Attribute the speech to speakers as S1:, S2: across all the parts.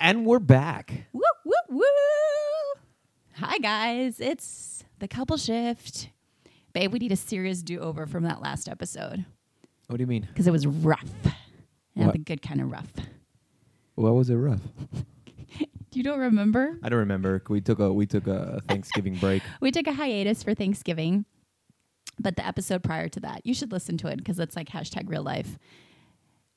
S1: And we're back.
S2: Woo, woo, woo. Hi, guys. It's the couple shift. Babe, we need a serious do over from that last episode
S1: What do you mean?
S2: because it was rough. Not
S1: What?
S2: the good kind of rough.
S1: Why was it rough?
S2: You don't remember?
S1: I don't remember. We took a we took a Thanksgiving break.
S2: We took a hiatus for Thanksgiving, but the episode prior to that, you should listen to it because it's like hashtag real life.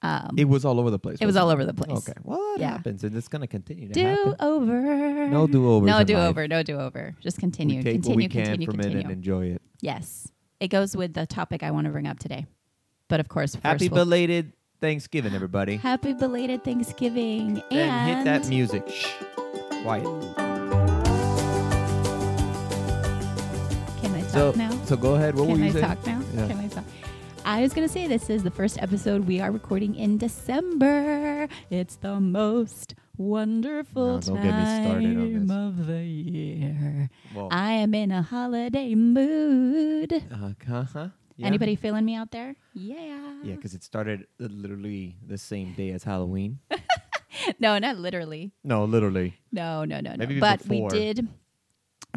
S2: Um,
S1: It was all over the place.
S2: It was
S1: wasn't
S2: all over the place.
S1: Okay. Well, it
S2: Yeah.
S1: happens, and it's gonna continue to
S2: do
S1: happen.
S2: over.
S1: No do-overs
S2: No
S1: in
S2: do over. No do over. Just
S1: We
S2: continue.
S1: take
S2: continue.
S1: what we can
S2: continue.
S1: from
S2: continue.
S1: it and enjoy it.
S2: Yes. It goes with the topic I want to bring up today. But of course, first
S1: Happy
S2: we'll-
S1: belated Thanksgiving, everybody.
S2: happy belated Thanksgiving. And,
S1: and hit that music. Shh. Quiet.
S2: Can I talk
S1: So
S2: now?
S1: so go ahead. What
S2: Can
S1: were you
S2: I
S1: saying?
S2: talk now?
S1: Yeah.
S2: Can I talk? I was going to say this is the first episode we are recording in December. It's the most wonderful
S1: No, don't
S2: time
S1: get me started on this.
S2: of the year.
S1: Well,
S2: I am in a holiday mood.
S1: uh, huh? Yeah.
S2: Anybody feeling me out there? Yeah.
S1: Yeah, because it started literally the same day as Halloween.
S2: No, not literally.
S1: no, literally.
S2: No, no, no, no.
S1: Maybe
S2: but
S1: before.
S2: we did,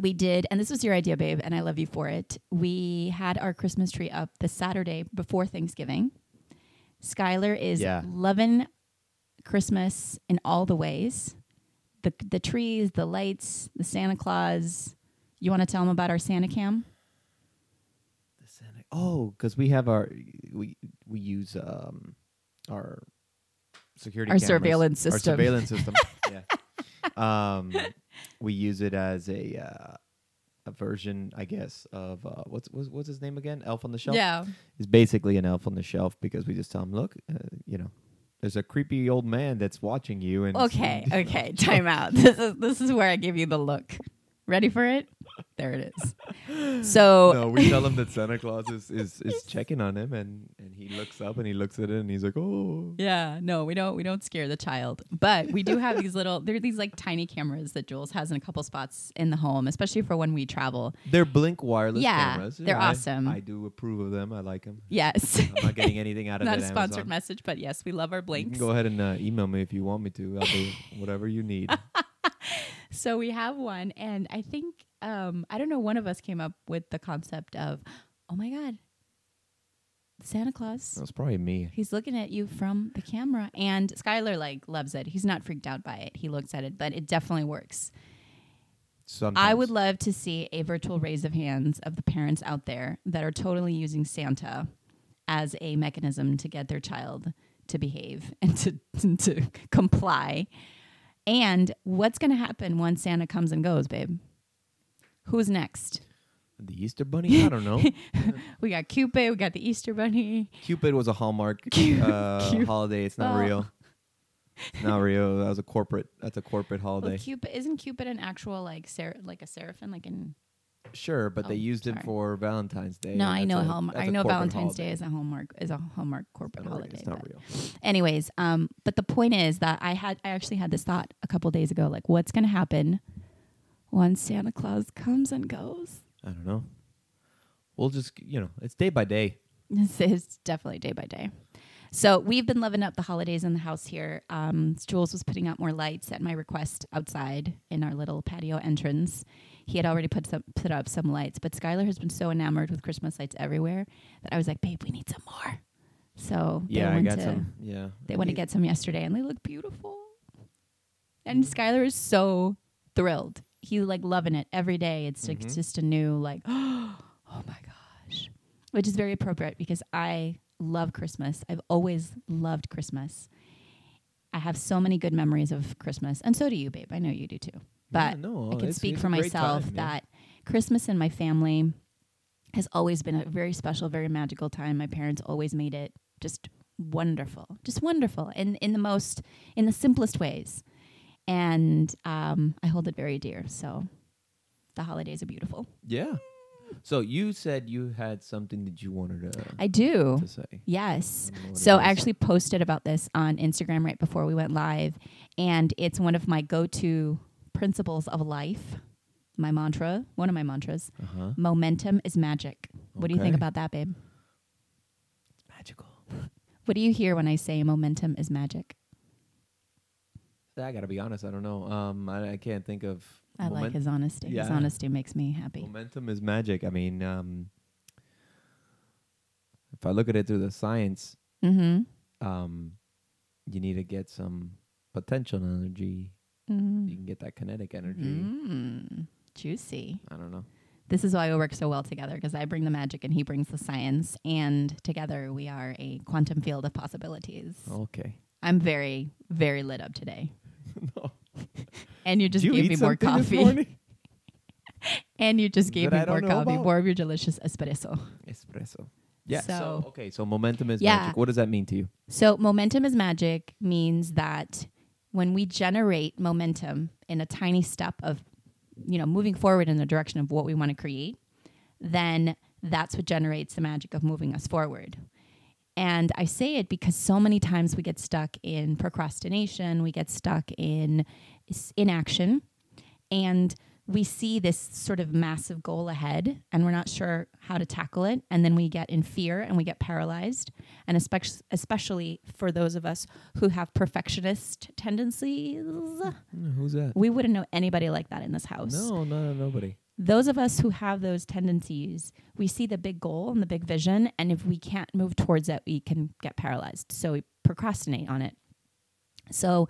S2: we did, and this was your idea, babe, and I love you for it. We had our Christmas tree up the Saturday before Thanksgiving. Skylar is
S1: Yeah.
S2: loving Christmas in all the ways. The the trees, the lights, the Santa Claus. You want to tell them about our Santa Cam?
S1: The Santa- Oh, because we have our we we use um our security
S2: Our
S1: cameras.
S2: surveillance
S1: Our
S2: system.
S1: surveillance system. yeah. Um, we use it as a uh, a version, I guess, of uh, what's, what's what's his name again? Elf on the Shelf. It's basically an elf on the shelf because we just tell him, look, uh, you know, there's a creepy old man that's watching you. And
S2: Okay. Okay. Time out. This is this is where I give you the look. Ready for it? There it is. So
S1: No, we tell him that Santa Claus is, is, is checking on him, and, and he looks up and he looks at it and he's like, oh.
S2: Yeah, no, we don't we don't scare the child. But we do have these little there are these like tiny cameras that Jules has in a couple spots in the home, especially for when we travel.
S1: They're blink wireless
S2: Yeah,
S1: cameras.
S2: they're
S1: I-
S2: awesome.
S1: I do approve of them. I like them.
S2: Yes.
S1: I'm not getting anything out of
S2: Not
S1: it.
S2: a sponsored
S1: Amazon.
S2: message, but yes, we love our
S1: You can
S2: blinks.
S1: go ahead and uh, email me if you want me to. I'll do whatever you need.
S2: So we have one and I think um I don't know one of us came up with the concept of, "Oh my god. Santa Claus.
S1: That's probably me.
S2: He's looking at you from the camera." And Skylar like loves it. He's not freaked out by it. He looks at it, but it definitely works.
S1: Sometimes.
S2: I would love to see a virtual raise of hands of the parents out there that are totally using Santa as a mechanism to get their child to behave and to, to comply. And what's going to happen once Santa comes and goes, babe? Who's next?
S1: the Easter Bunny. I don't know.
S2: We got Cupid, we got the Easter Bunny.
S1: Cupid was a Hallmark
S2: Cu- Oh.
S1: uh,
S2: cu-
S1: holiday. It's not
S2: well-
S1: real. It's not real. That was a corporate. That's a corporate
S2: Well,
S1: holiday.
S2: Cupid isn't Cupid an actual like ser- like a seraphim like in
S1: sure, but they
S2: Oh,
S1: used
S2: sorry.
S1: it for Valentine's Day. and
S2: No, I
S1: that's
S2: know
S1: a-
S2: Hallmark.
S1: that's
S2: I
S1: a
S2: know
S1: corporate
S2: Valentine's
S1: holiday.
S2: Day is a Hallmark is a Hallmark
S1: It's
S2: corporate
S1: not real.
S2: holiday.
S1: It's not
S2: but-
S1: real.
S2: anyways um but the point is that i had i actually had this thought a couple days ago like what's gonna happen once santa claus comes and goes
S1: I don't know. We'll just you know, it's day by day.
S2: this is definitely day by day so we've been loving up the holidays in the house here um, jules was putting out more lights at my request outside in our little patio entrance he had already put, some, put up some lights but skylar has been so enamored with christmas lights everywhere that i was like babe we need some more so they
S1: yeah, I
S2: went
S1: got
S2: to-
S1: some. Yeah,
S2: They went to get some yesterday and they look beautiful. And Skylar is so thrilled. He's like loving it every day. It's like
S1: Mhm.
S2: just a new like oh my gosh. Which is very appropriate because I love Christmas. I've always loved Christmas. I have so many good memories of Christmas. And so do you, babe. I know you do too. But
S1: no,
S2: I can
S1: it's-
S2: speak
S1: it's
S2: for
S1: a great
S2: myself
S1: time, yeah.
S2: that Christmas in my family has always been a very special, very magical time. My parents always made it just wonderful, just wonderful, and in the most, in the simplest ways. And um, I hold it very dear. So the holidays are beautiful.
S1: Yeah. So you said you had something that you wanted to,
S2: I do.
S1: to say.
S2: Yes.
S1: I don't know what
S2: So
S1: it
S2: I
S1: is.
S2: actually posted about this on Instagram right before we went live, and it's one of my go-to principles of life. My mantra, one of my mantras,
S1: Uh-huh.
S2: momentum is magic. What do you think
S1: Okay.
S2: about that, babe?
S1: Magical.
S2: What do you hear when I say momentum is magic?
S1: that. I got to be honest. I don't know. Um, I, I can't think of.
S2: I like
S1: moment-
S2: his honesty. His
S1: Yeah.
S2: honesty makes me happy.
S1: Momentum is magic. I mean, um, if I look at it through the science,
S2: Mm-hmm.
S1: um, you need to get some potential energy. You
S2: Mm.
S1: can get that kinetic energy.
S2: Mm. Juicy.
S1: I don't know.
S2: This is why we work so well together because I bring the magic and he brings the science, and together we are a quantum field of possibilities.
S1: Okay.
S2: I'm very, very lit up today.
S1: No.
S2: And you just
S1: Did you
S2: gave
S1: eat
S2: me more
S1: something this
S2: coffee.
S1: morning?
S2: and you just gave
S1: That
S2: me
S1: I
S2: more
S1: don't know
S2: coffee,
S1: about?
S2: more of your delicious espresso.
S1: Espresso. Yeah. So,
S2: So-
S1: okay. So momentum is
S2: Yeah.
S1: magic. What does that mean to you?
S2: So, momentum is magic means that when we generate momentum in a tiny step of, you know, moving forward in the direction of what we want to create, then that's what generates the magic of moving us forward. And I say it because so many times we get stuck in procrastination, we get stuck in s- inaction, and we see this sort of massive goal ahead and we're not sure how to tackle it. And then we get in fear and we get paralyzed. And especially, especially for those of us who have perfectionist tendencies,
S1: Who's that?
S2: we wouldn't know anybody like that in this house
S1: No, no, nobody.
S2: those of us who have those tendencies, we see the big goal and the big vision, and if we can't move towards it, we can get paralyzed. So we procrastinate on it. So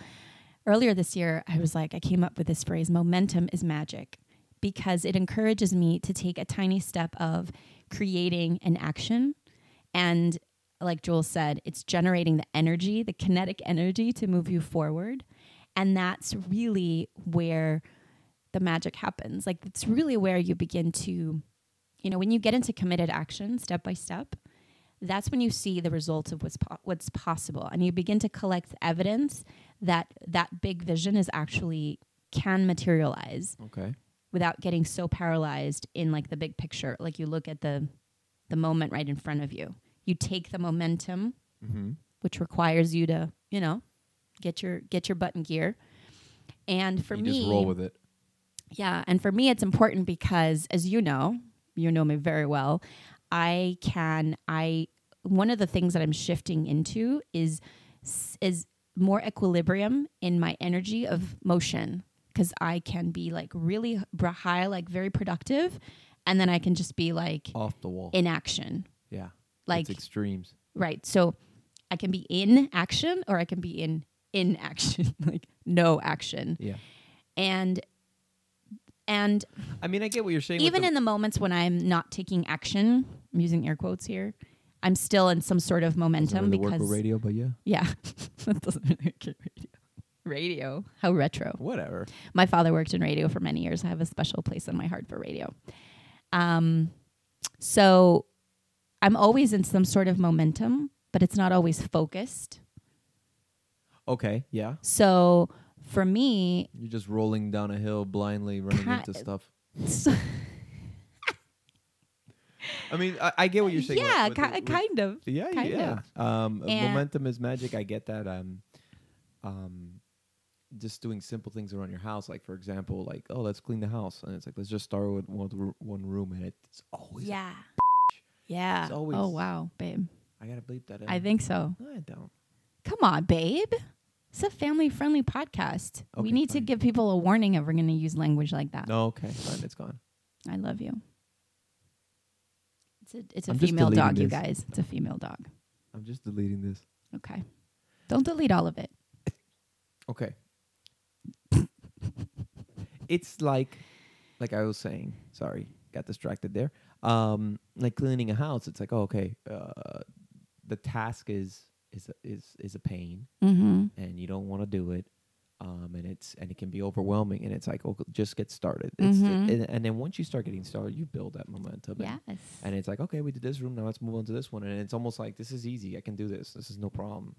S2: earlier this year, I was like, I came up with this phrase momentum is magic because it encourages me to take a tiny step of creating an action. And like Jules said, it's generating the energy, the kinetic energy to move you forward. And that's really where the magic happens. Like it's really where you begin to, you know, when you get into committed action step by step, that's when you see the results of what's po- what's possible, and you begin to collect evidence that that big vision is actually can materialize
S1: Okay.
S2: without getting so paralyzed in like the big picture. Like you look at the the moment right in front of you. You take the momentum
S1: Mm-hmm.
S2: which requires you to, you know, get your get your butt in gear. And for
S1: you
S2: me,
S1: just roll with it.
S2: yeah, and for me, it's important because, as you know, you know me very well. I can. I one of the things that I'm shifting into is is more equilibrium in my energy of motion because I can be like really bra- high, like very productive, and then I can just be like
S1: Off the wall.
S2: in action,
S1: yeah.
S2: like
S1: it's extremes.
S2: right. So I can be in action or I can be in in action, like no action,
S1: Yeah.
S2: and and
S1: I mean, I get what you're saying. with
S2: even
S1: the-
S2: in the moments when I'm not taking action, I'm using air quotes here, I'm still in some sort of
S1: doesn't
S2: momentum
S1: really work
S2: because
S1: with radio, but yeah,
S2: yeah, that doesn't really work in radio. Radio, how retro.
S1: whatever.
S2: My father worked in radio for many years. I have a special place in my heart for radio. Um, so I'm always in some sort of momentum, but it's not always focused.
S1: Okay. Yeah.
S2: So for me,
S1: You're just rolling down a hill blindly, running
S2: Ki-
S1: into stuff.
S2: so,
S1: I mean, I, I get what you're saying. with-
S2: yeah,
S1: with
S2: ki-
S1: the- with-
S2: kind of.
S1: yeah,
S2: kind
S1: yeah. Um,
S2: And-
S1: momentum is magic. I get that. Um, um, just doing simple things around your house, like for example, like oh, let's clean the house, and it's like let's just start with one, r- one room, and it's always yeah.
S2: Yeah. Yeah.
S1: It's always-
S2: oh wow, babe.
S1: I gotta bleep that.
S2: I
S1: in.
S2: think so.
S1: No, I don't.
S2: Come on, babe. It's a family-friendly podcast. we
S1: Okay,
S2: need to
S1: fine.
S2: give people a warning if we're going to use language like that.
S1: No, okay, fine, it's gone.
S2: I love you. It's a it's a
S1: I'm just
S2: female
S1: deleting
S2: dog, you
S1: this.
S2: guys. It's a female dog.
S1: I'm just deleting this.
S2: Okay. Don't delete all of it.
S1: Okay. it's like, like I was saying. Sorry, got distracted there. Um, like cleaning a house, it's like, oh, okay, uh, the task is is a, is is a pain,
S2: Mm-hmm.
S1: and you don't want to do it, um, and it's and it can be overwhelming, and it's like, oh, just get started. It's
S2: Mhm.
S1: and, and then once you start getting started, you build that momentum. and-
S2: Yes.
S1: and it's like, okay, we did this room, now let's move on to this one. And it's almost like this is easy. I can do this. This is no problem.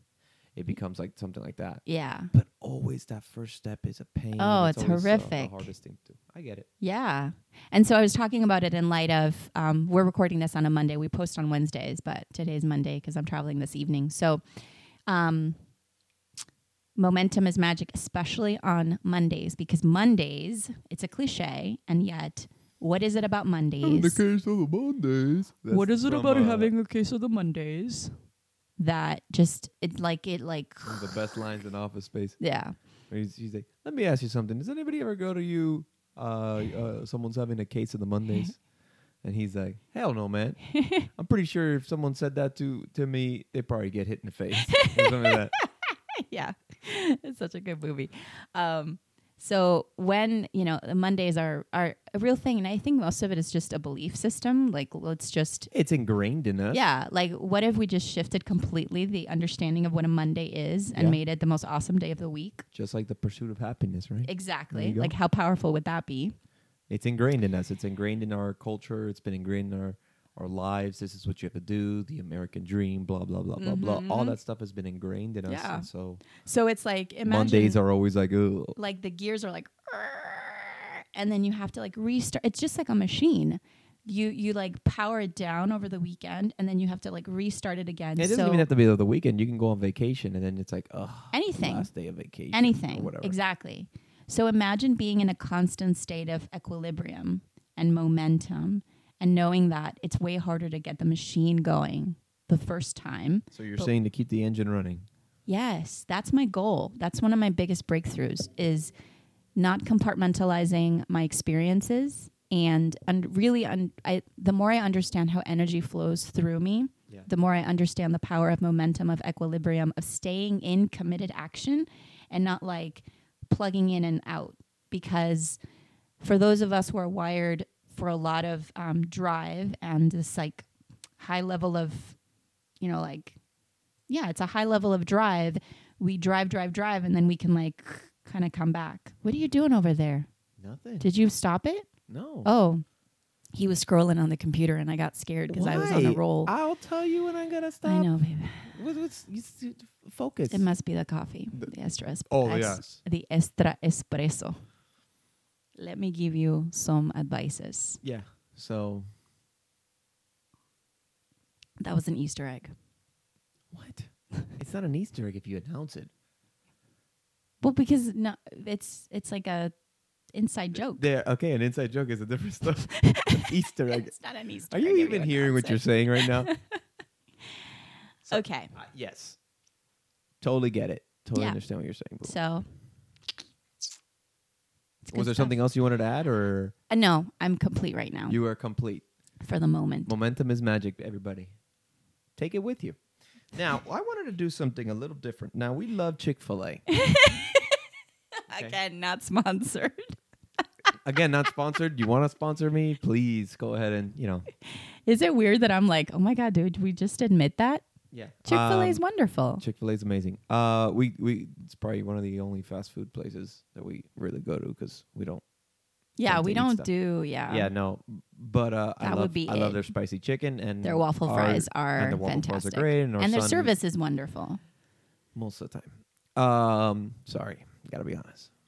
S1: It becomes like something like that
S2: yeah.
S1: but always that first step is a pain.
S2: Oh, it's
S1: always, uh,
S2: horrific.
S1: the hardest thing to. I get it.
S2: Yeah. And so I was talking about it in light of um, we're recording this on a Monday. We post on Wednesdays, but today's Monday because I'm traveling this evening. So um, momentum is magic, especially on Mondays, because Mondays, it's a cliche. And yet, what is it about Mondays?
S1: case of the Mondays. uh,
S3: what is it about having a case of the Mondays?
S2: that just it like it like
S1: One of the best lines in Office Space.
S2: yeah
S1: Where He's, he's like, "Let me ask you something. Does anybody ever go to you? Uh, uh, someone's having a case of the Mondays." And he's like, "Hell no, man. I'm pretty sure if someone said that to to me, they'd probably get hit in the face." Or something like that.
S2: yeah it's such a good movie um so when you know mondays are are a real thing and i think most of it is just a belief system like let's just
S1: It's ingrained in us.
S2: yeah like what if we just shifted completely the understanding of what a monday is and
S1: Yeah.
S2: made it the most awesome day of the week
S1: Just like the pursuit of happiness, right?
S2: exactly
S1: you go.
S2: like how powerful would that be
S1: It's ingrained in us. It's ingrained in our culture. It's been ingrained in our our lives. This is what you have to do. The American dream. Blah blah blah blah blah. All that stuff has been ingrained in us.
S2: Mm-hmm. Yeah.
S1: And so
S2: so it's like imagine
S1: Mondays are always like, "Ooh,
S2: like the gears are like and then you have to like restart it's just like a machine you you like power it down over the weekend and then you have to like restart it again
S1: It doesn't
S2: so
S1: even have to be the weekend. You can go on vacation and then it's like, oh,
S2: Anything.
S1: last day of vacation,
S2: anything
S1: or whatever.
S2: exactly so imagine being in a constant state of equilibrium and momentum and knowing that it's way harder to get the machine going the first time
S1: So you're
S2: But-
S1: saying to keep the engine running.
S2: Yes, that's my goal. That's one of my biggest breakthroughs is not compartmentalizing my experiences and and really un- I, the more I understand how energy flows through me,
S1: Yeah.
S2: the more I understand the power of momentum of equilibrium of staying in committed action and not like plugging in and out because for those of us who are wired for a lot of um, drive and this like high level of you know like yeah it's a high level of drive we drive drive drive and then we can like kind of come back what are you doing over there
S1: Nothing.
S2: did you stop it
S1: no.
S2: oh he was scrolling on the computer and i got scared because i was on a
S1: Why?
S2: roll
S1: I'll tell you when I'm gonna stop.
S2: i know babe
S1: What, what's you, s- you- focus?
S2: it must be the coffee the extra es-
S1: Oh,
S2: ex-
S1: yes.
S2: the extra espresso let me give you some advices
S1: yeah. So
S2: that was an easter egg
S1: what? it's not an Easter egg if you announce it.
S2: Well, because no, it's it's like a inside joke.
S1: There. Okay, an inside joke is a different stuff. Easter egg.
S2: It's not an Easter.
S1: Are you
S2: egg,
S1: even
S2: everyone
S1: hearing
S2: knows
S1: what you're
S2: it.
S1: saying right now? So-
S2: Okay,
S1: Uh, yes. Totally get it. Totally
S2: Yeah.
S1: understand what you're saying. Blue.
S2: so it's good
S1: Was there
S2: stuff.
S1: something else you wanted to add, or
S2: Uh, no, I'm complete right now
S1: you are complete?
S2: for the moment.
S1: Momentum is magic, everybody. Take it with you. Now, I wanted to do something a little different. Now, we love Chick fil A. okay.
S2: Again, not sponsored.
S1: Again, not sponsored. You want to sponsor me? Please go ahead and, you know.
S2: Is it weird that I'm like, oh my god, dude, we just admit that
S1: Yeah.
S2: Chick Fil A
S1: Um,
S2: is wonderful.
S1: Chick fil A is amazing. Uh, we, we, it's probably one of the only fast food places that we really go to because we don't.
S2: yeah,
S1: don't
S2: we
S1: eat
S2: don't
S1: stuff.
S2: do yeah.
S1: yeah, no. But uh, I,
S2: That
S1: love,
S2: would be
S1: I love
S2: it.
S1: their spicy chicken and
S2: Their waffle
S1: our-
S2: fries are
S1: and their waffle fries are
S2: fantastic,
S1: great, and our
S2: and their
S1: son-
S2: service is wonderful.
S1: most of the time. Um, sorry, gotta be honest.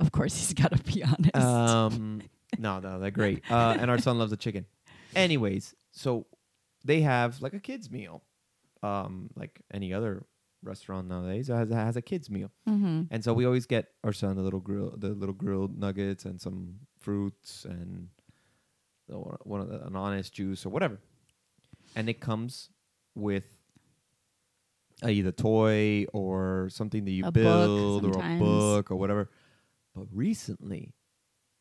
S2: Of course, he's got to be honest.
S1: Um, no, no, they're great. Uh, and our son loves the chicken. Anyways, so they have like a kids meal, um, like any other restaurant nowadays has has a kids meal,
S2: hmm
S1: and so we always get our son the little grill, the little grilled nuggets and some fruits and the one one of the, an honest juice or whatever, and it comes with. uh, Either toy or something that you
S2: A book
S1: build or a
S2: sometimes.
S1: book or whatever. But recently,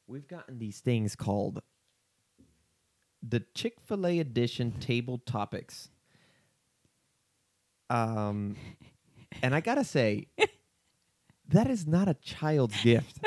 S1: we've gotten these things called the Chick Fil A edition table topics. Um, and I gotta say, that is not a child's gift.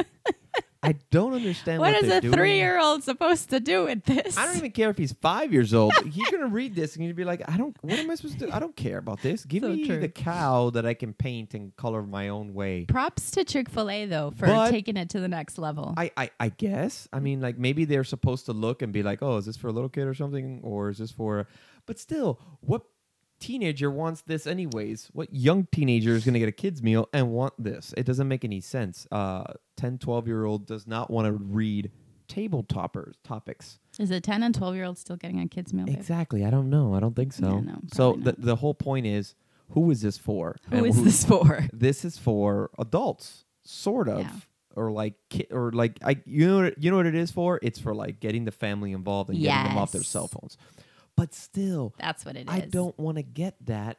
S1: I don't understand what,
S2: What is
S1: they're
S2: a
S1: doing.
S2: three-year-old supposed to do with this?
S1: I don't even care if he's five years old. He's gonna read this and you'd be like, I don't. What am I supposed to do? I don't care about this. Give
S2: So
S1: me
S2: true.
S1: the cow that I can paint and color my own way.
S2: Props to Chick Fil A though for
S1: But-
S2: taking it to the next level.
S1: I, I I guess. I mean, like maybe they're supposed to look and be like, "Oh, is this for a little kid or something, or is this for?" But still, what teenager wants this anyways? What young teenager is going to get a kids meal and want this? It doesn't make any sense. Uh, 10, 12 year old does not want to read table toppers topics.
S2: Is a ten and twelve year old still getting a kids meal? babe?
S1: Exactly. I don't know. I don't think so.
S2: Yeah, no,
S1: so
S2: probably
S1: the the whole point is, who is this for?
S2: Who
S1: And
S2: is this for?
S1: this is for adults, sort of,
S2: Yeah.
S1: or like ki- or like I you know what, you know what it is for. It's for like getting the family involved and getting them off their
S2: Yes.
S1: cell phones. But still,
S2: That's what it is.
S1: I don't want to get that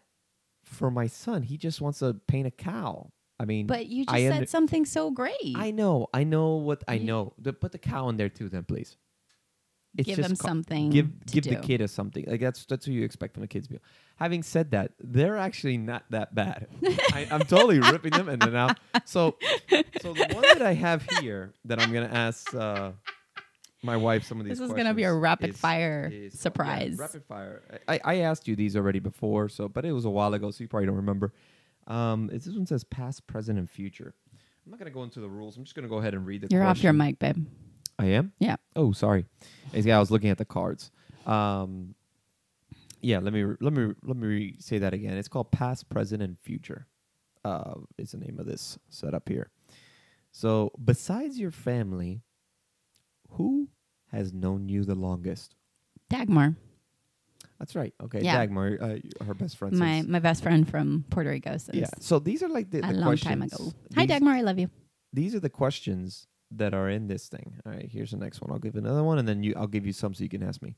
S1: for my son, he just wants to paint a cow. I mean,
S2: But you just
S1: I
S2: said
S1: under-
S2: something so great.
S1: I know, I know what I
S2: You-
S1: know. The- put the cow in there too, then please.
S2: give
S1: just
S2: him
S1: ca-
S2: something.
S1: Give
S2: to
S1: give the
S2: do.
S1: kid a something. Like that's that's what you expect from a kid's meal. Having said that, they're actually not that bad. I, I'm totally ripping them and then out. So so the one that I have here that I'm gonna ask uh, my wife some of these.
S2: This is gonna be a
S1: questions
S2: rapid
S1: is-
S2: fire
S1: is- yeah,
S2: surprise.
S1: rapid fire. I, I asked you these already before, so but it was a while ago, so you probably don't remember. Um, it's- this one says past, present, and future. I'm not gonna go into the rules. I'm just gonna go ahead and read the.
S2: You're off your
S1: question.
S2: mic, babe.
S1: I am.
S2: Yeah.
S1: Oh, sorry. It's- I was looking at the cards. Um, yeah. Let me let me let me re- say that again. It's called past, present, and future. Uh, is the name of this setup here. So, besides your family, who has known you the longest?
S2: Dagmar,
S1: That's right. Okay,
S2: Yeah.
S1: Dagmar, uh, her best friend.
S2: my
S1: since-
S2: my best friend from Puerto Rico, since
S1: yeah. So these are like the,
S2: a
S1: the
S2: long
S1: questions.
S2: time ago. Hi,
S1: These-
S2: Dagmar. I love you.
S1: These are the questions that are in this thing. All right, here's the next one. I'll give another one, and then you, I'll give you some so you can ask me.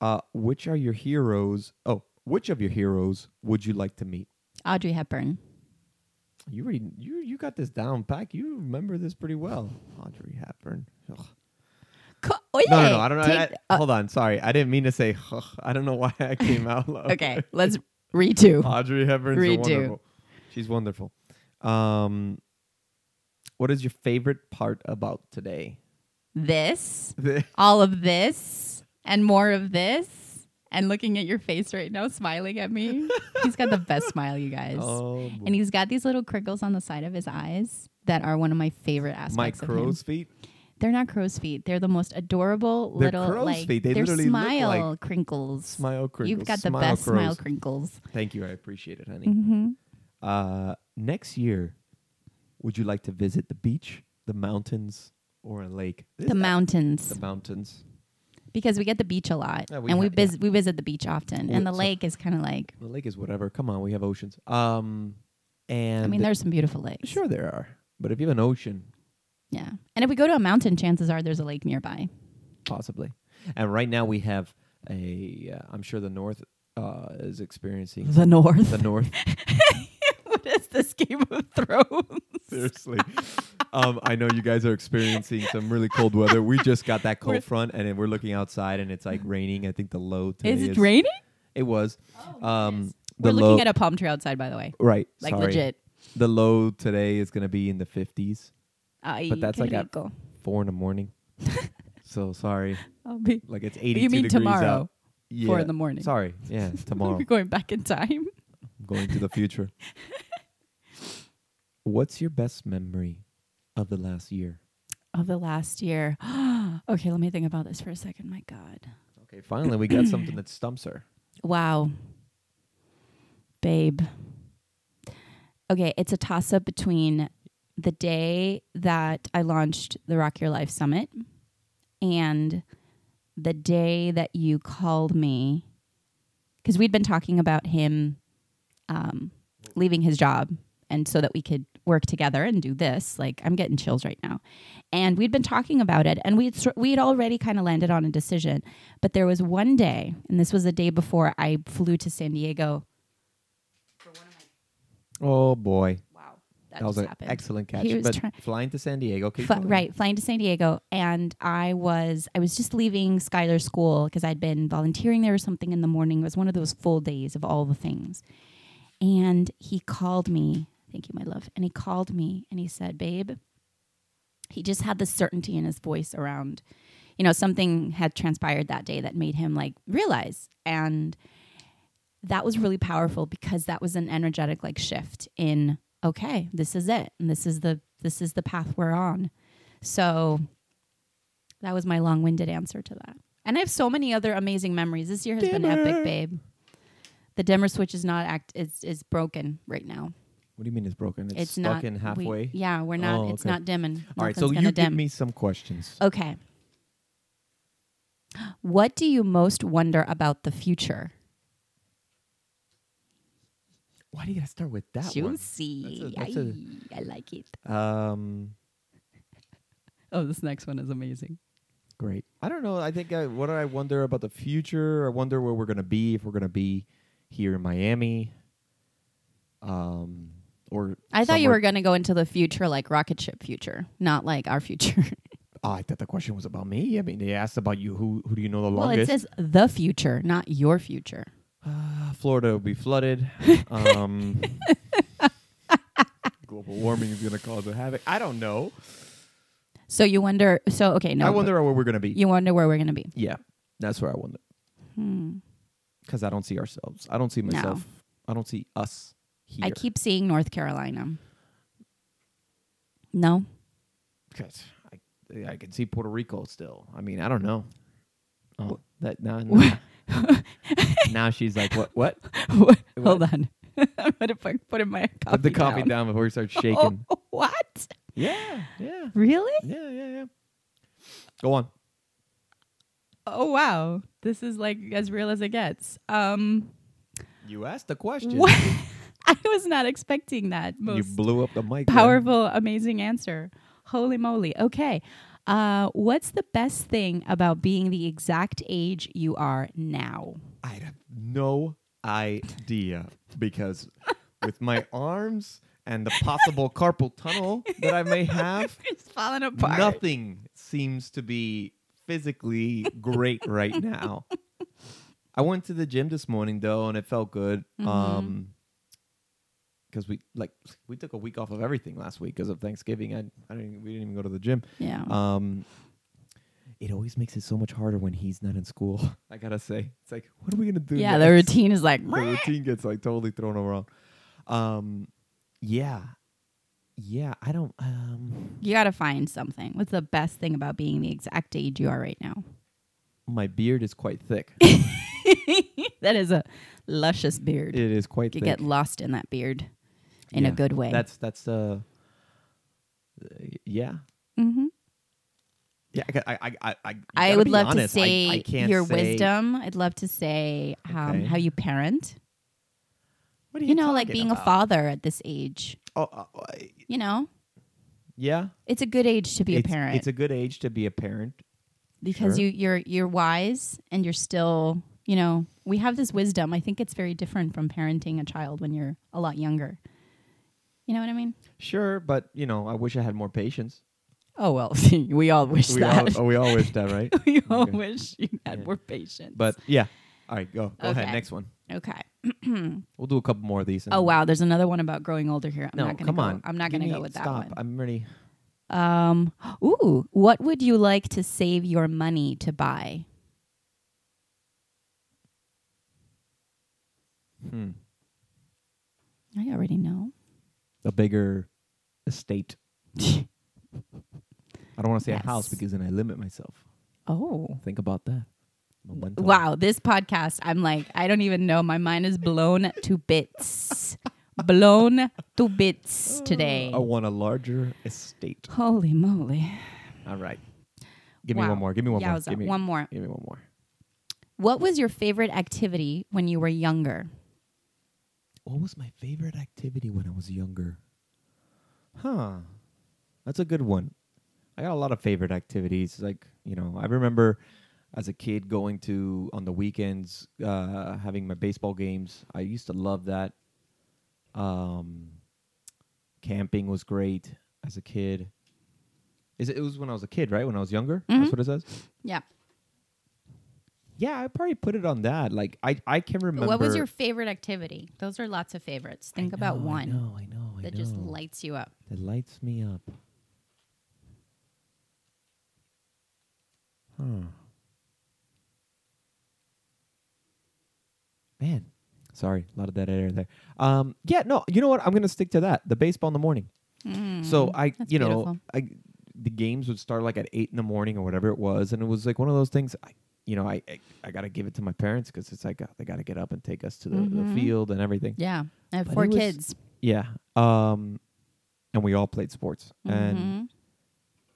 S1: Uh, which are your heroes? Oh, which of your heroes would you like to meet?
S2: Audrey Hepburn.
S1: You already you you got this down pack. You remember this pretty well, Audrey Hepburn. Ugh.
S2: Co-
S1: No, no,
S2: oye,
S1: no. I don't know.
S2: take-
S1: I- hold on. Sorry, I didn't mean to say. Ugh. I don't know why I came out loud.
S2: okay, let's redo.
S1: Audrey Hepburn's
S2: Redo.
S1: wonderful. She's wonderful. Um, what is your favorite part about today?
S2: This, all of this, and more of this, and looking at your face right now, smiling at me. he's got the best smile, you guys.
S1: oh, boy.
S2: And he's got these little crinkles on the side of his eyes that are one of my favorite
S1: my
S2: aspects of him.
S1: crow's feet.
S2: They're not crow's feet. They're the most adorable
S1: They're
S2: little
S1: crow's
S2: like
S1: feet. They
S2: they're
S1: literally look like
S2: smile crinkles.
S1: Smile crinkles.
S2: You've got the
S1: smile
S2: best
S1: crows.
S2: smile crinkles.
S1: Thank you. I appreciate it, honey.
S2: hmm
S1: Uh, next year, would you like to visit the beach, the mountains, or a lake? This-
S2: The mountains,
S1: The mountains.
S2: because we get the beach a lot,
S1: Yeah, we
S2: and we
S1: ha- yeah.
S2: vis- we visit the beach often,
S1: Well,
S2: and the
S1: so-
S2: lake is kind of like.
S1: The lake is whatever. Come on, we have oceans. Um, and
S2: I mean, there's some beautiful lakes.
S1: sure there are, but if you have an ocean,
S2: Yeah, and if we go to a mountain, chances are there's a lake nearby.
S1: possibly. And right now we have a. Uh, I'm sure the north uh, is experiencing
S2: The north.
S1: the north.
S2: what is this Game of Thrones?
S1: Seriously, um, I know you guys are experiencing some really cold weather. We just got that
S2: We're-
S1: cold front, and then we're looking outside, and it's like raining. I think the low today
S2: Is it raining?
S1: It was. um,
S2: We're
S1: the
S2: looking
S1: low,
S2: at a palm tree outside, by the way.
S1: right.
S2: Like
S1: sorry.
S2: legit.
S1: The low today is going to be in the 50s,
S2: Ay,
S1: But that's like a-
S2: rico.
S1: four in the morning. so sorry,
S2: I'll be
S1: like it's 82
S2: you mean
S1: degrees
S2: tomorrow,
S1: out. Yeah.
S2: four in the morning.
S1: Sorry, yeah, tomorrow.
S2: We're going back in time.
S1: going to the future. What's your best memory of the last year?
S2: Of the last year. okay, let me think about this for a second. My God.
S1: Okay, finally we got something that stumps her.
S2: Wow. Babe. Okay, it's a toss up between the day that I launched the Rock Your Life Summit and the day that you called me because we'd been talking about him um, leaving his job and so that we could work together and do this like i'm getting chills right now and we'd been talking about it and we'd sor- we'd already kind of landed on a decision but there was one day and this was the day before i flew to san diego
S1: Oh boy,
S2: wow
S1: that,
S2: that,
S1: was
S2: just
S1: an
S2: happened
S1: excellent catch.
S2: He was
S1: But
S2: try-
S1: flying to San Diego, keep
S2: Fl-
S1: going.
S2: right flying to san diego and i was i was just leaving skylar school because i'd been volunteering there or something in the morning it was one of those full days of all the things and he called me thank you my love and he called me and he said babe he just had the certainty in his voice around you know something had transpired that day that made him like realize and that was really powerful because that was an energetic like shift in okay this is it and this is the this is the path we're on so that was my long-winded answer to that and i have so many other amazing memories this year has been
S1: Dimmer.
S2: epic babe the dimmer switch is not act is is broken right now
S1: What do you mean it's broken? It's,
S2: it's,
S1: stuck
S2: not
S1: in
S2: we-
S1: halfway.
S2: yeah we're not
S1: Oh,
S2: it's
S1: okay.
S2: not dimming
S1: All right,
S2: Nothing's
S1: so you
S2: gonna
S1: give
S2: dim. Oh.
S1: me some questions.
S2: Okay. What do you most wonder about the future?
S1: Why do you gotta start with that
S2: Juicy. I
S1: That's a- that's
S2: like it.
S1: one? Um,
S2: Oh, this next one is amazing.
S1: great. I don't know. I think I, what do I wonder about the future? I wonder where we're gonna be if we're gonna be here in Miami. Um, or
S2: I thought you
S1: somewhere-
S2: were going to go into the future, like rocket ship future, not like our future.
S1: Oh, I thought the question was about me. I mean, they asked about you. Who who do you know the
S2: well, it
S1: longest?
S2: says the future, not your future.
S1: Uh, Florida will be flooded. Um, global warming is going to cause a havoc. I don't know.
S2: So you wonder. So okay, no.
S1: I wonder where we're going to be.
S2: You wonder where we're going to be.
S1: yeah, that's where I wonder.
S2: Hmm.
S1: Because I don't see ourselves. I don't see
S2: No.
S1: myself. I don't see us here.
S2: I keep seeing North Carolina. No,
S1: Because I, I can see Puerto Rico still. I mean, I don't know. Oh, that now,
S2: Wha-
S1: now she's like, what? What?
S2: hold on. I'm going to put, put in my coffee.
S1: Put the coffee down, before we start shaking.
S2: Oh, what?
S1: Yeah, yeah,
S2: Really?
S1: yeah, yeah, yeah. Go on.
S2: Oh wow, this is like as real as it gets. Um,
S1: You asked the question.
S2: what? I was not expecting that.
S1: You
S2: Most
S1: blew up the mic. there.
S2: powerful, amazing answer. Holy moly. Okay. Uh, what's the best thing about being the exact age you are now?
S1: I have no idea because with my arms and the possible carpal tunnel that I may have,
S2: It's falling apart.
S1: nothing seems to be physically great right now. I went to the gym this morning though, and it felt good.
S2: Mm-hmm.
S1: Um 'cause because we like we took a week off of everything last week because of Thanksgiving. I, I didn't, we didn't even go to the gym.
S2: Yeah.
S1: Um, it always makes it so much harder when he's not in school. I gotta say, it's like, what are we gonna do?
S2: yeah,
S1: next?
S2: the routine is like,
S1: the routine gets like totally thrown around. Um, yeah, yeah. I don't. Um,
S2: you got to find something. What's the best thing about being the exact age you are right now?
S1: my beard is quite thick.
S2: that is a luscious beard.
S1: it is quite
S2: you
S1: thick.
S2: get lost in that beard in a
S1: Yeah.
S2: good way.
S1: That's that's uh, yeah.
S2: hmm
S1: Yeah, I ca- I, I, I, I, you
S2: I
S1: gotta
S2: would
S1: be
S2: love
S1: honest,
S2: to say
S1: I, I can't
S2: your
S1: say-
S2: wisdom. I'd love to say um,
S1: Okay.
S2: how you parent.
S1: What are
S2: You know, like
S1: talking
S2: being a
S1: about?
S2: father at this age.
S1: Oh, uh, uh,
S2: You know,
S1: yeah,
S2: it's a good age to be
S1: it's,
S2: a parent
S1: It's a good age to be a parent.
S2: because
S1: sure.
S2: you you're you're wise and you're still you know we have this wisdom. I think it's very different from parenting a child when you're a lot younger. You know what I mean?
S1: Sure, but you know, I wish I had more patience.
S2: Oh well, we all wish
S1: we all oh, we all wish that, right?
S2: we
S1: all Okay.
S2: wish you
S1: had Yeah.
S2: more patience.
S1: But yeah. All right, go go ahead.
S2: Okay.
S1: Next one.
S2: okay.
S1: We'll do a couple more of these. and-
S2: Oh wow, there's another one about growing older here. I'm
S1: No,
S2: not gonna
S1: come
S2: go.
S1: on.
S2: I'm not
S1: You
S2: gonna go
S1: need-
S2: with that
S1: stop.
S2: one.
S1: I'm ready.
S2: Um, ooh, what would you like to save your money to buy?
S1: Hmm.
S2: I already know.
S1: A bigger estate. I don't want to say a house
S2: Yes.
S1: because then I limit myself.
S2: Oh.
S1: Think about that. Momentum.
S2: Wow, this podcast, I'm like, I don't even know. My mind is blown to bits. blown to bits today.
S1: I want a larger estate.
S2: Holy moly.
S1: All right. Give me
S2: Wow.
S1: one more. Give me one more.
S2: Yowza.
S1: Give me,
S2: One more.
S1: Give me one more.
S2: What was your favorite activity when you were younger?
S1: What was my favorite activity when I was younger? Huh. That's a good one. I got a lot of favorite activities. Like, you know, I remember as a kid going to, on the weekends, uh, having my baseball games. I used to love that. Um, camping was great as a kid. Is it, it was when I was a kid, right? When I was younger? That's
S2: Mhm.
S1: what it says?
S2: Yeah.
S1: Yeah, I probably put it on that. Like, I, I can remember.
S2: What was your favorite activity? Those are lots of favorites.
S1: I
S2: Think about
S1: know, I
S2: one
S1: know, I know. I
S2: that just
S1: know.
S2: lights you up.
S1: that lights me up. Huh. Man, sorry, a lot of dead air there. Um, yeah, no, you know what? I'm gonna stick to that. The baseball in the morning. So I,
S2: Mm-hmm. that's
S1: you know,
S2: beautiful.
S1: I the games would start like at eight in the morning or whatever it was, and it was like one of those things. I, you know, I I, I gotta give it to my parents because it's like uh, they gotta get up and take us to the,
S2: Mhm.
S1: the field and everything.
S2: Yeah. I have
S1: But
S2: four
S1: it was-
S2: kids.
S1: Yeah. Um, and we all played sports, and
S2: Mhm.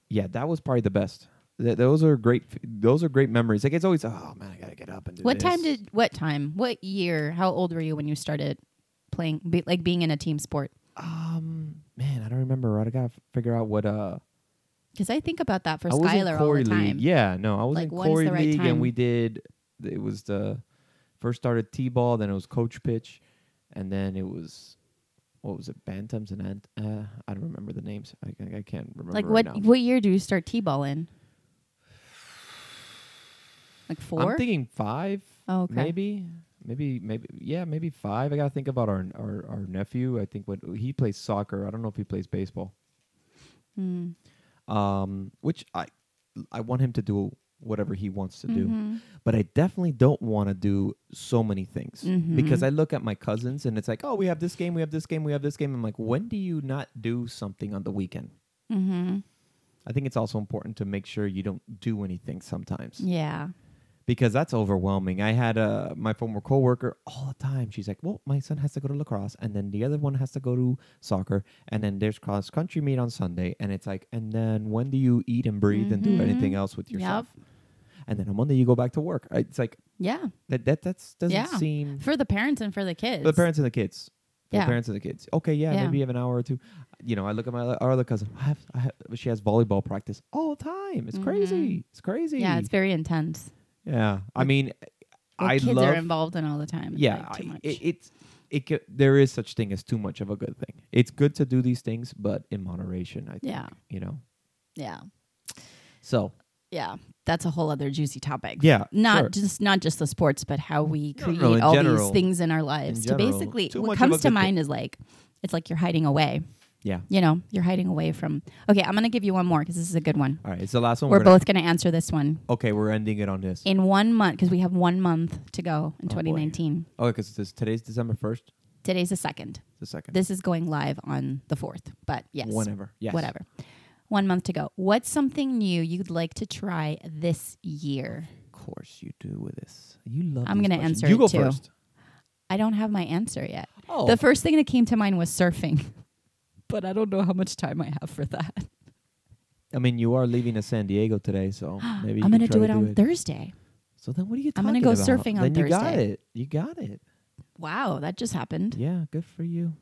S1: yeah, that was probably the best. Th- those are great. f- Those are great memories. Like it's always, oh man, I gotta get up and do.
S2: What time
S1: this."
S2: did what time? What year? How old were you when you started playing be, like being in a team sport?
S1: Um, man, I don't remember. right? I gotta f- figure out what. Uh,
S2: Cuz I think about that for
S1: I was in
S2: Skylar all
S1: Corey
S2: the time.
S1: League. Yeah, no, I was
S2: Like,
S1: in
S2: when's the
S1: Corey
S2: right
S1: League,
S2: time?
S1: and we did. It was the first started t-ball, then it was coach pitch, and then it was what was it? Bantams and ant. Uh, I don't remember the names. I, I, I can't remember.
S2: Like
S1: right
S2: what
S1: now.
S2: what year do you start t-ball in? Like four?
S1: I'm thinking five.
S2: Oh, okay.
S1: Maybe, maybe, maybe, yeah, maybe five. I gotta think about our our, our nephew. I think what he plays soccer. I don't know if he plays baseball.
S2: Hmm.
S1: Um, which I I want him to do whatever he wants to do,
S2: Mhm.
S1: but I definitely don't want to do so many things because
S2: Mhm.
S1: I look at my cousins and it's like, oh, we have this game, we have this game, we have this game. I'm like, when do you not do something on the weekend?
S2: Mhm.
S1: I think it's also important to make sure you don't do anything sometimes.
S2: Yeah.
S1: because that's overwhelming. I had uh, my former coworker all the time. She's like, "Well, my son has to go to lacrosse, and then the other one has to go to soccer, and then there's cross country meet on Sunday." And it's like, and then when do you eat and breathe and do
S2: Mhm.
S1: anything else with
S2: Yep.
S1: yourself? And then on Monday you go back to work. I- It's like
S2: Yeah.
S1: that that that's, doesn't
S2: Yeah.
S1: seem
S2: For the parents and for the kids.
S1: for the parents and the kids. For
S2: Yeah.
S1: the parents and the kids. Okay, yeah,
S2: Yeah.
S1: maybe you have an hour or two. You know, I look at my our other cousin. I have, I have, she has volleyball practice all the time. It's
S2: Mhm.
S1: crazy. It's crazy.
S2: Yeah, it's very intense.
S1: yeah. I mean,
S2: What
S1: I
S2: kids
S1: love
S2: are involved in all the time. It's
S1: yeah
S2: like too
S1: I-
S2: much.
S1: It, it's it ca- there is such thing as too much of a good thing it's good to do these things but in moderation i think
S2: Yeah.
S1: you know
S2: yeah.
S1: so
S2: Yeah. That's a whole other juicy topic.
S1: yeah
S2: Not
S1: sure.
S2: just not just the sports, but how we
S1: No, no,
S2: create
S1: in
S2: all
S1: general.
S2: these things in our lives.
S1: In general.
S2: to basically
S1: Too much
S2: what
S1: of a
S2: comes to
S1: good
S2: mind is like it's like you're hiding away.
S1: yeah
S2: You know, you're hiding away from Okay, I'm gonna give you one more because this is a good one.
S1: all right it's the last one
S2: We're
S1: gonna-
S2: both gonna answer this one.
S1: okay we're ending it on this
S2: In one month, because we have one month to go in
S1: boy.
S2: 2019.
S1: oh because this today's december 1st
S2: Today's the second.
S1: the second
S2: This is going live on the fourth, but yes.
S1: whenever yes
S2: Whatever. One month to go. What's something new you'd like to try this year?
S1: of course you do with this you love
S2: I'm
S1: these
S2: gonna
S1: questions.
S2: answer
S1: you
S2: it
S1: go
S2: too.
S1: first
S2: I don't have my answer yet.
S1: oh
S2: The first thing that came to mind was surfing, but I don't know how much time I have for that.
S1: I mean you are leaving to san diego today so maybe
S2: I'm
S1: you can
S2: going to
S1: try
S2: do it
S1: to
S2: on
S1: do it.
S2: Thursday.
S1: so then what are you
S2: I'm
S1: going
S2: gonna
S1: to
S2: go surfing on
S1: then you got
S2: Thursday.
S1: it you got it
S2: Wow, that just happened.
S1: yeah good for you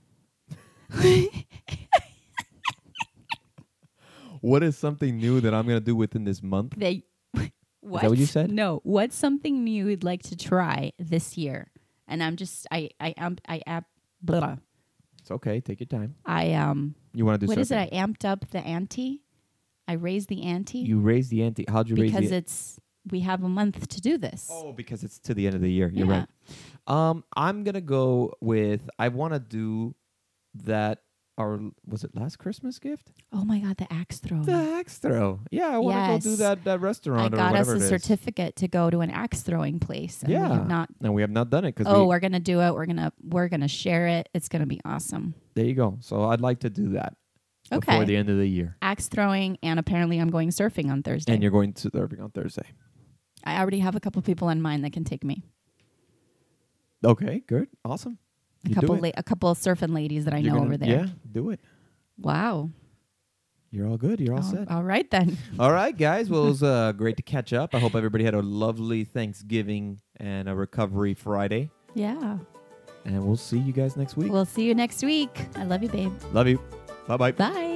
S1: what is something new that i'm going to do within this month
S2: They what?
S1: what you said?
S2: No. What's something new you'd like to try this year? And I'm just I I am I am blah.
S1: It's okay. Take your time.
S2: I um
S1: You want to do
S2: what
S1: surfing?
S2: is it? I amped up the ante. I raised the ante
S1: You raise the ante. How'd you raise
S2: because
S1: the?
S2: it's we have a month to do this.
S1: oh, because it's to the end of the year. You're
S2: Yeah.
S1: right. Um, I'm gonna go with. I want to do that. Our was it last Christmas gift?
S2: Oh my god, the axe throw.
S1: The axe throw. Yeah, I want to go do
S2: Yes.
S1: that that
S2: I
S1: restaurant or
S2: got us
S1: whatever
S2: a
S1: it is.
S2: certificate to go to an axe throwing place. And We
S1: Yeah.
S2: have not.
S1: And we have not done it because.
S2: Oh, we, are gonna do it. We're gonna we're gonna share it. It's gonna be awesome.
S1: there you go. So I'd like to do that
S2: Okay.
S1: before the end of the year.
S2: Axe throwing, and apparently I'm going surfing on Thursday.
S1: And you're going to surfing on Thursday.
S2: I already have a couple people in mind that can take me.
S1: Okay. Good. Awesome.
S2: A
S1: You do
S2: couple
S1: it.
S2: la- a couple surfing ladies that I
S1: You're
S2: know
S1: gonna-
S2: over there.
S1: Yeah. Do it.
S2: Wow.
S1: You're all good. You're all
S2: All-
S1: set.
S2: all right then.
S1: All right, guys. Well, it was uh, great to catch up. I hope everybody had a lovely Thanksgiving and a recovery Friday.
S2: Yeah.
S1: And we'll see you guys next week.
S2: We'll see you next week. I love you, babe.
S1: Love you. Bye bye.
S2: Bye.